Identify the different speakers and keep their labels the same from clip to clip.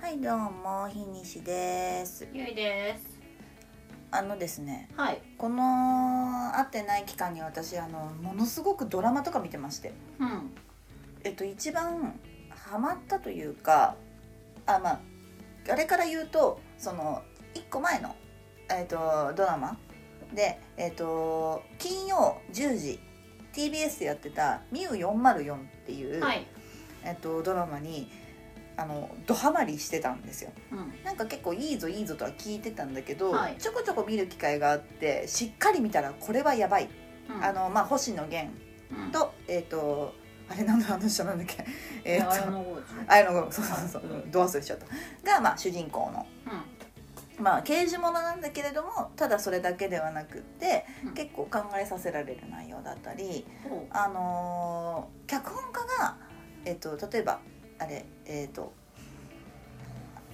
Speaker 1: はいどうもひにしです
Speaker 2: ゆいです。
Speaker 1: あのですね
Speaker 2: はい。
Speaker 1: この会ってない期間に私あのものすごくドラマとか見てまして
Speaker 2: うん。
Speaker 1: えっと一番ハマったというかあまああれから言うとその一個前の、えっと、ドラマで、えっと、金曜10時 TBS でやってた「ミュ404」っていう、
Speaker 2: はい。
Speaker 1: えっと、ドラマにあのドハマりしてたんですよ。
Speaker 2: うん。
Speaker 1: なんか結構いいぞいいぞとは聞いてたんだけど、
Speaker 2: はい
Speaker 1: ちょこちょこ見る機会があってしっかり見たらこれはやばい、あ、のまあ、星野源
Speaker 2: うん、
Speaker 1: とえっ、とあれなんだあの 人なんだっけえっ
Speaker 2: え
Speaker 1: と
Speaker 2: ー、の王子。
Speaker 1: あやのごそうそうそう、
Speaker 2: うん
Speaker 1: どうするしちゃったが、まあ、主人公の、まあ、刑事ものなんだけれどもただそれだけではなくって、
Speaker 2: うん
Speaker 1: 結構考えさせられる内容だったり、
Speaker 2: うん。おう
Speaker 1: あのー脚本家が、えっと例えばあれえっ、と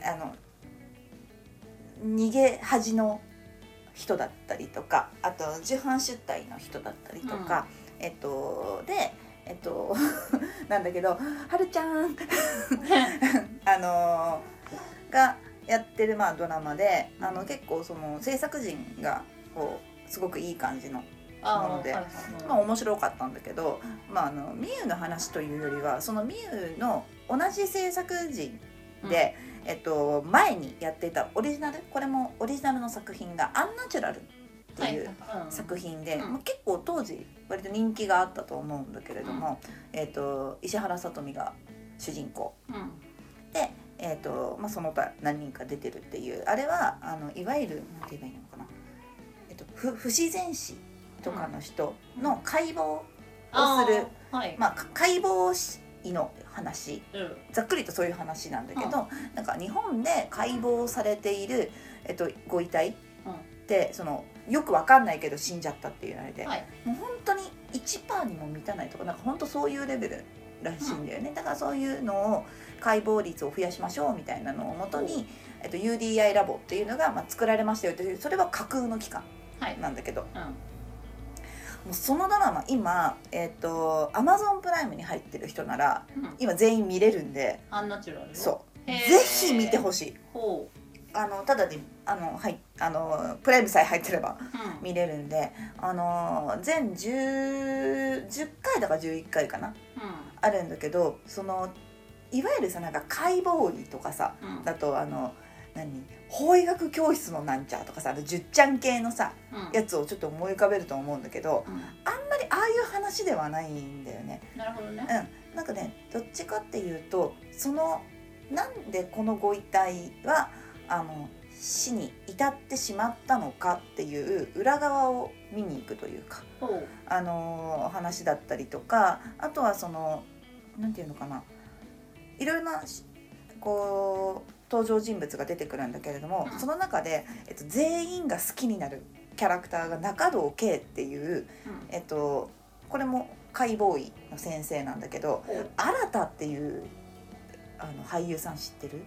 Speaker 1: あの逃げ恥の人だったりとかあと受犯出退の人だったりとか、えっとでえっと なんだけど「はるちゃん」あのーがやってる、まあ、ドラマであの結構その制作陣がこうすごくいい感じの
Speaker 2: あー
Speaker 1: なので
Speaker 2: はいはい
Speaker 1: まあ、面白かったんだけど、まあ、あのミユの話というよりはそのミユの同じ制作陣で、えっと、前にやっていたオリジナルこれもオリジナルの作品が「アンナチュラル」って
Speaker 2: はいいう
Speaker 1: 作品で、
Speaker 2: うん
Speaker 1: まあ、結構当時割と人気があったと思うんだけれども、えっと、石原さとみが主人公
Speaker 2: うん。
Speaker 1: で、えっとまあ、その他何人か出てるっていうあれはあのいわゆるなんて言えばいいのかな、えっと、不不自然死とかの人の解剖、をする
Speaker 2: あーはい。
Speaker 1: まあ、か解剖医の話
Speaker 2: うん。
Speaker 1: ざっくりとそういう話なんだけど、なんか日本で解剖されている、えっと、ご遺体って、そのよくわかんないけど死んじゃったっていうあれで、
Speaker 2: はい
Speaker 1: もう本当に1%にも満たないとかなんか本当そういうレベルらしいんだよね、だからそういうのを解剖率を増やしましょうみたいなのをもとに、えっと、UDI ラボっていうのが、まあ、作られましたよというそれは架空の機関
Speaker 2: はい。
Speaker 1: なんだけども
Speaker 2: うん。
Speaker 1: うそのドラマ今、えっと Amazon プライムに入ってる人なら
Speaker 2: うん。
Speaker 1: 今全員見れるんで
Speaker 2: アンナチュラル。
Speaker 1: そうぜ
Speaker 2: へー
Speaker 1: ひ見てほしい
Speaker 2: ほう。
Speaker 1: あのただであのはいあのプライムさえ入ってれば
Speaker 2: うん。
Speaker 1: 見れるんであの全 10, 10回だか11回かなあるんだけどそのいわゆるさなんか解剖医とかさ
Speaker 2: うん。うん。
Speaker 1: だとあの何法医学教室のなんちゃらとかさあのじゅっちゃん系のさ
Speaker 2: うん。
Speaker 1: やつをちょっと思い浮かべると思うんだけど
Speaker 2: うん
Speaker 1: あんまりああいう話ではないんだよね
Speaker 2: なるほどね。
Speaker 1: うん、なんかねどっちかっていうとそのなんでこのご遺体はあの死に至ってしまったのかっていう裏側を見に行くというか、
Speaker 2: ほう。
Speaker 1: あのー話だったりとかあとはそのなんていうのかないろいろなしこう登場人物が出てくるんだけれども、
Speaker 2: うん
Speaker 1: その中で、えっと、全員が好きになるキャラクターが中堂圭っていう、
Speaker 2: うん。
Speaker 1: えっと、これも解剖医の先生なんだけど、
Speaker 2: ほう。
Speaker 1: 新太っていうあの俳優さん知ってる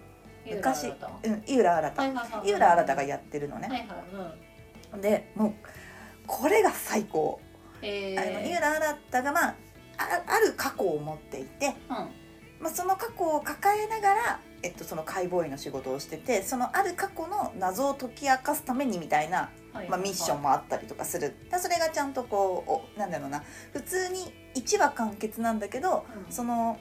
Speaker 1: 昔
Speaker 2: 井浦新
Speaker 1: うん井浦新太、
Speaker 2: はいはいはい。
Speaker 1: 井浦新太が
Speaker 2: や
Speaker 1: やってるの
Speaker 2: は
Speaker 1: ね、
Speaker 2: いはい。うん。
Speaker 1: でもうこれが最高、
Speaker 2: え
Speaker 1: あの井
Speaker 2: ー。
Speaker 1: 浦新太がまああある過去を持っていて、
Speaker 2: うん。
Speaker 1: まあ、その過去を抱えながら、えっと、その解剖医の仕事をしててそのある過去の謎を解き明かすためにみたいな、
Speaker 2: はい
Speaker 1: まあ、ミッション。もあったりとかするだからそれがちゃんとこうおなんだろうな普通に1話完結なんだけど
Speaker 2: うん
Speaker 1: その、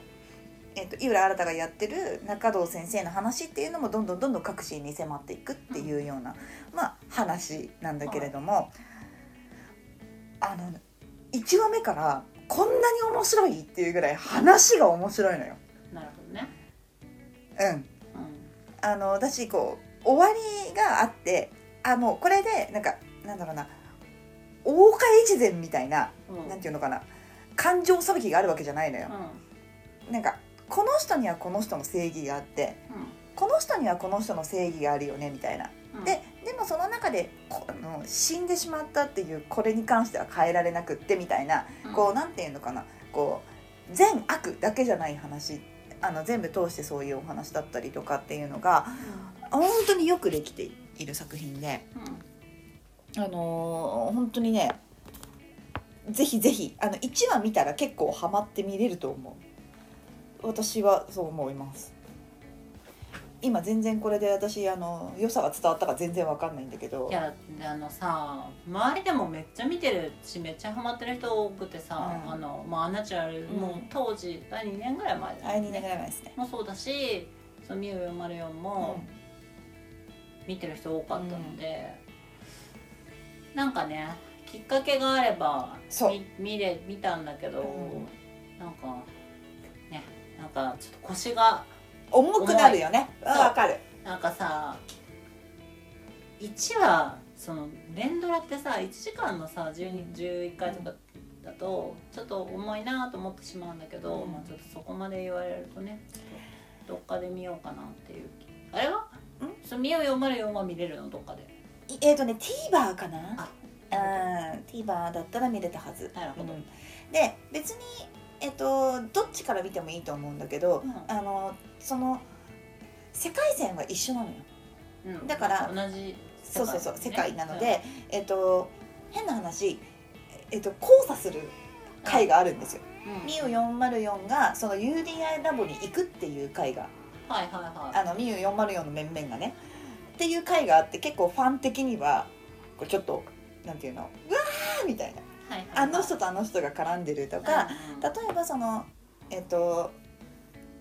Speaker 1: えっと井浦新がやってる中堂先生の話っていうのもどんどんどんどん各シーンに迫っていくっていうような、まあ、話なんだけれども、あの1話目からこんなに面白いっていうぐらい話が面白いのよ。
Speaker 2: なるほどね。
Speaker 1: うん、
Speaker 2: うん。
Speaker 1: あの私こう終わりがあってあもうこれでなんかなんだろうな大岡越前みたいな
Speaker 2: うん。
Speaker 1: なんていうのかな感情さばきがあるわけじゃないのよ。なんかこの人にはこの人の正義があってこの人にはこの人の正義があるよねみたいな。
Speaker 2: うん。うん。
Speaker 1: ででもその中でこあの死んでしまったっていうこれに関しては変えられなくってみたいな
Speaker 2: うん、
Speaker 1: こうなんていうのかなこう善悪だけじゃない話あの全部通してそういうお話だったりとかっていうのが本当によくできている作品で、
Speaker 2: うん。うん。
Speaker 1: あのー本当にねぜひぜひあの1話見たら結構ハマって見れると思う私はそう思います今全然これで私あの良さが伝わったか全然わかんないんだけど
Speaker 2: いやあのさ周りでもめっちゃ見てるしめっちゃハマってる人多くてさ、
Speaker 1: うん
Speaker 2: あのまあナチュラル、
Speaker 1: うん
Speaker 2: もう当時あ2年ぐらい前だ
Speaker 1: あれ2年ぐらい前ですね。
Speaker 2: もそうだしそのミュウ404
Speaker 1: うん
Speaker 2: も見てる人多かったので、なんかねきっかけがあれば
Speaker 1: そう
Speaker 2: み見れ見たんだけど、
Speaker 1: う
Speaker 2: なんかねなんかちょっと腰が
Speaker 1: 重くなるよね。うん
Speaker 2: い
Speaker 1: わかる。
Speaker 2: なんかさ1はその連ドラってさ1時間のさ12 11回とかだとちょっと重いなと思ってしまうんだけど、
Speaker 1: うん
Speaker 2: まあ、ちょっとそこまで言われるとねちょっとどっかで見ようかなっていうあれはその見よう404は見れるのどっかで
Speaker 1: いえっ、とね TVer かな
Speaker 2: あ
Speaker 1: うん TVer だったら見れたはず、
Speaker 2: なるほど
Speaker 1: うんで別に、えっとどっちから見てもいいと思うんだけど、
Speaker 2: うん
Speaker 1: あのその世界線は一緒なのよ
Speaker 2: うん
Speaker 1: だから
Speaker 2: 同じ
Speaker 1: そうそうそう世界なので、
Speaker 2: ね
Speaker 1: えっと変な話、えっと交差する回があるんですよ。
Speaker 2: うんうん
Speaker 1: ミュ404がその UDI ラボに行くっていう回が
Speaker 2: はいはいは
Speaker 1: あのミュ404の面々がねっていう回があって結構ファン的にはこうちょっとなんていうのうわーみたいない
Speaker 2: はいはい
Speaker 1: あの人とあの人が絡んでるとか、
Speaker 2: うん
Speaker 1: 例えばそのえっと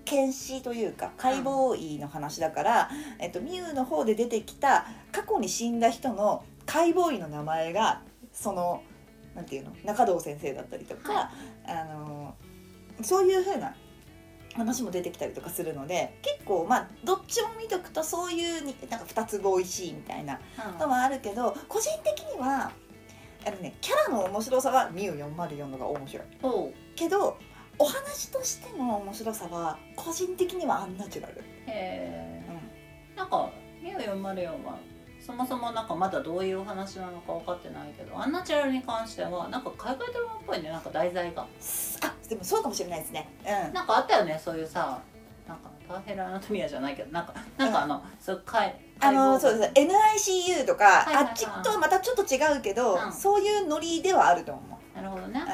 Speaker 1: 検視というか解剖医の話だから、えっと、ミュウの方で出てきた過去に死んだ人の解剖医の名前がそのなんていうの中堂先生だったりとか、
Speaker 2: は
Speaker 1: あのそういうふうな話も出てきたりとかするので結構まあどっちも見とくとそういうになんか2つ合意しみたいな
Speaker 2: うん
Speaker 1: のはあるけど個人的にはあの、ね、キャラの面白さはミュウ404のが面白い。
Speaker 2: ほう
Speaker 1: けどお話としての面白さは個人的にはアンナチュラル、
Speaker 2: へ
Speaker 1: うん
Speaker 2: ーなんか「ミュウ404」はそもそもなんかまだどういうお話なのか分かってないけどアンナチュラルに関してはなんか海外ドラマっぽいねなんか題材が
Speaker 1: あでもそうかもしれないですねう
Speaker 2: なんかあったよねそういうさなんかパーフェルアナトミアじゃないけどなんかなんかあの、そういう海
Speaker 1: んあのそうです NICU とか、
Speaker 2: はいはいはい
Speaker 1: あっちとはまたちょっと違うけど、
Speaker 2: うん
Speaker 1: そういうノリではあると思う
Speaker 2: なるほどね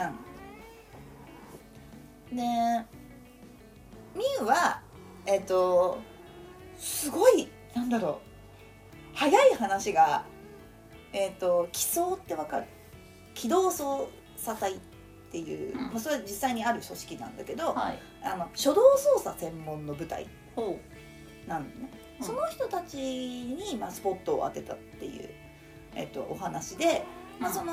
Speaker 1: うんでミウはえっ、とすごいなんだろう早い話がえっ、と「奇想」ってわかる機動捜査隊っていう、
Speaker 2: うん
Speaker 1: まあ、それは実際にある組織なんだけど、
Speaker 2: はい
Speaker 1: あの初動捜査専門の部隊
Speaker 2: ほ
Speaker 1: なんだね、
Speaker 2: うん
Speaker 1: その人たちに、まあ、スポットを当てたっていう、えっとお話で、まあ、
Speaker 2: うん
Speaker 1: その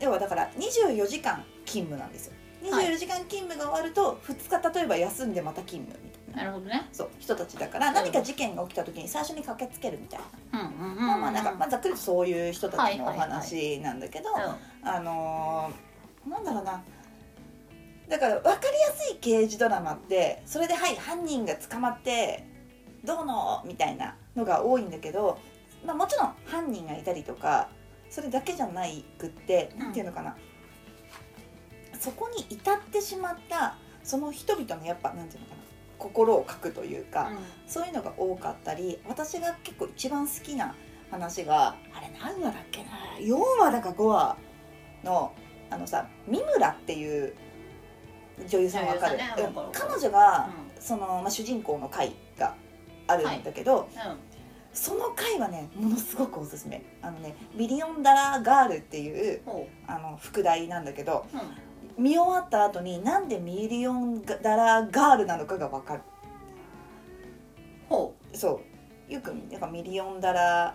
Speaker 1: 要はだから24時間勤務なんですよ
Speaker 2: はい
Speaker 1: 24時間勤務が終わると2日例えば休んでまた勤務み
Speaker 2: う
Speaker 1: たいな
Speaker 2: なるほどね
Speaker 1: そう人たちだから何か事件が起きた時に最初に駆けつけるみたいな、
Speaker 2: うんうんうん
Speaker 1: まあまあなんか、まあ、ざっくりとそういう人たちのお話なんだけど、あのーなんだろうなだから分かりやすい刑事ドラマってそれではい犯人が捕まってどうのみたいなのが多いんだけど、まあ、もちろん犯人がいたりとかそれだけじゃないくって
Speaker 2: うん
Speaker 1: なんていうのかな、そこに至ってしまったその人々のやっぱなんていうのかな心を書くというか、
Speaker 2: うんうん
Speaker 1: そういうのが多かったり私が結構一番好きな話があれ何話だっけな4話だか5話のあのさ三村っていう女優さんわかる、
Speaker 2: 女優さんね
Speaker 1: うん
Speaker 2: わかるわか
Speaker 1: 彼
Speaker 2: る
Speaker 1: 女が、その、まあ、主人公の回があるんだけど、その回はねものすごくおすすめあのね「ミリオンダラーガール」っていう
Speaker 2: ほ
Speaker 1: あの副題なんだけど
Speaker 2: ううん
Speaker 1: 見終わった後になんでミリオンダラーガールなのかがわかる
Speaker 2: ほ
Speaker 1: そうよくなんかミリオンダラ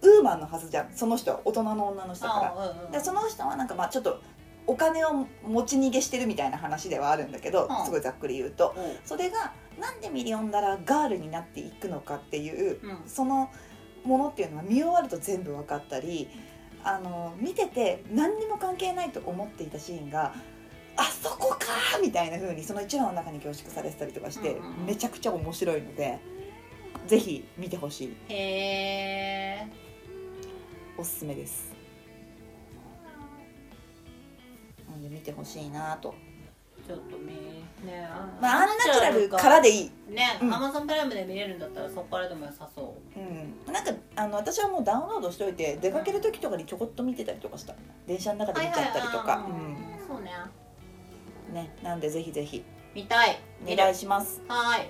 Speaker 1: ウーマンのはずじゃんその人は大人の女の
Speaker 2: う
Speaker 1: 人だか
Speaker 2: あうんうん
Speaker 1: らでその人はなんかまあちょっとお金を持ち逃げしてるみたいな話ではあるんだけど
Speaker 2: うん
Speaker 1: すごいざっくり言うと
Speaker 2: ほう
Speaker 1: それがなんでミリオンダラガールになっていくのかっていう
Speaker 2: うん
Speaker 1: そのものっていうのは見終わると全部分かったりあの見てて何にも関係ないと思っていたシーンがあそこかーみたいな風にその一話の中に凝縮されてたりとかして
Speaker 2: うんうんうん
Speaker 1: めちゃくちゃ面白いのでぜひ見てほしい
Speaker 2: へえ
Speaker 1: おすすめですなんで見てほしいなと
Speaker 2: ちょっと見ね
Speaker 1: まあアンナチュラルからでいい
Speaker 2: ね、
Speaker 1: うん
Speaker 2: アマゾンプライムで見れるんだったらそこからでも良さそ
Speaker 1: うん、なんかあの私はもうダウンロードしておいて出かける時とかにちょこっと見てたりとかした電車の中
Speaker 2: う
Speaker 1: で見ちゃったりとか、
Speaker 2: はいはいはいそうね
Speaker 1: うんねなんでぜひぜひ
Speaker 2: 見たい
Speaker 1: お願いします
Speaker 2: はい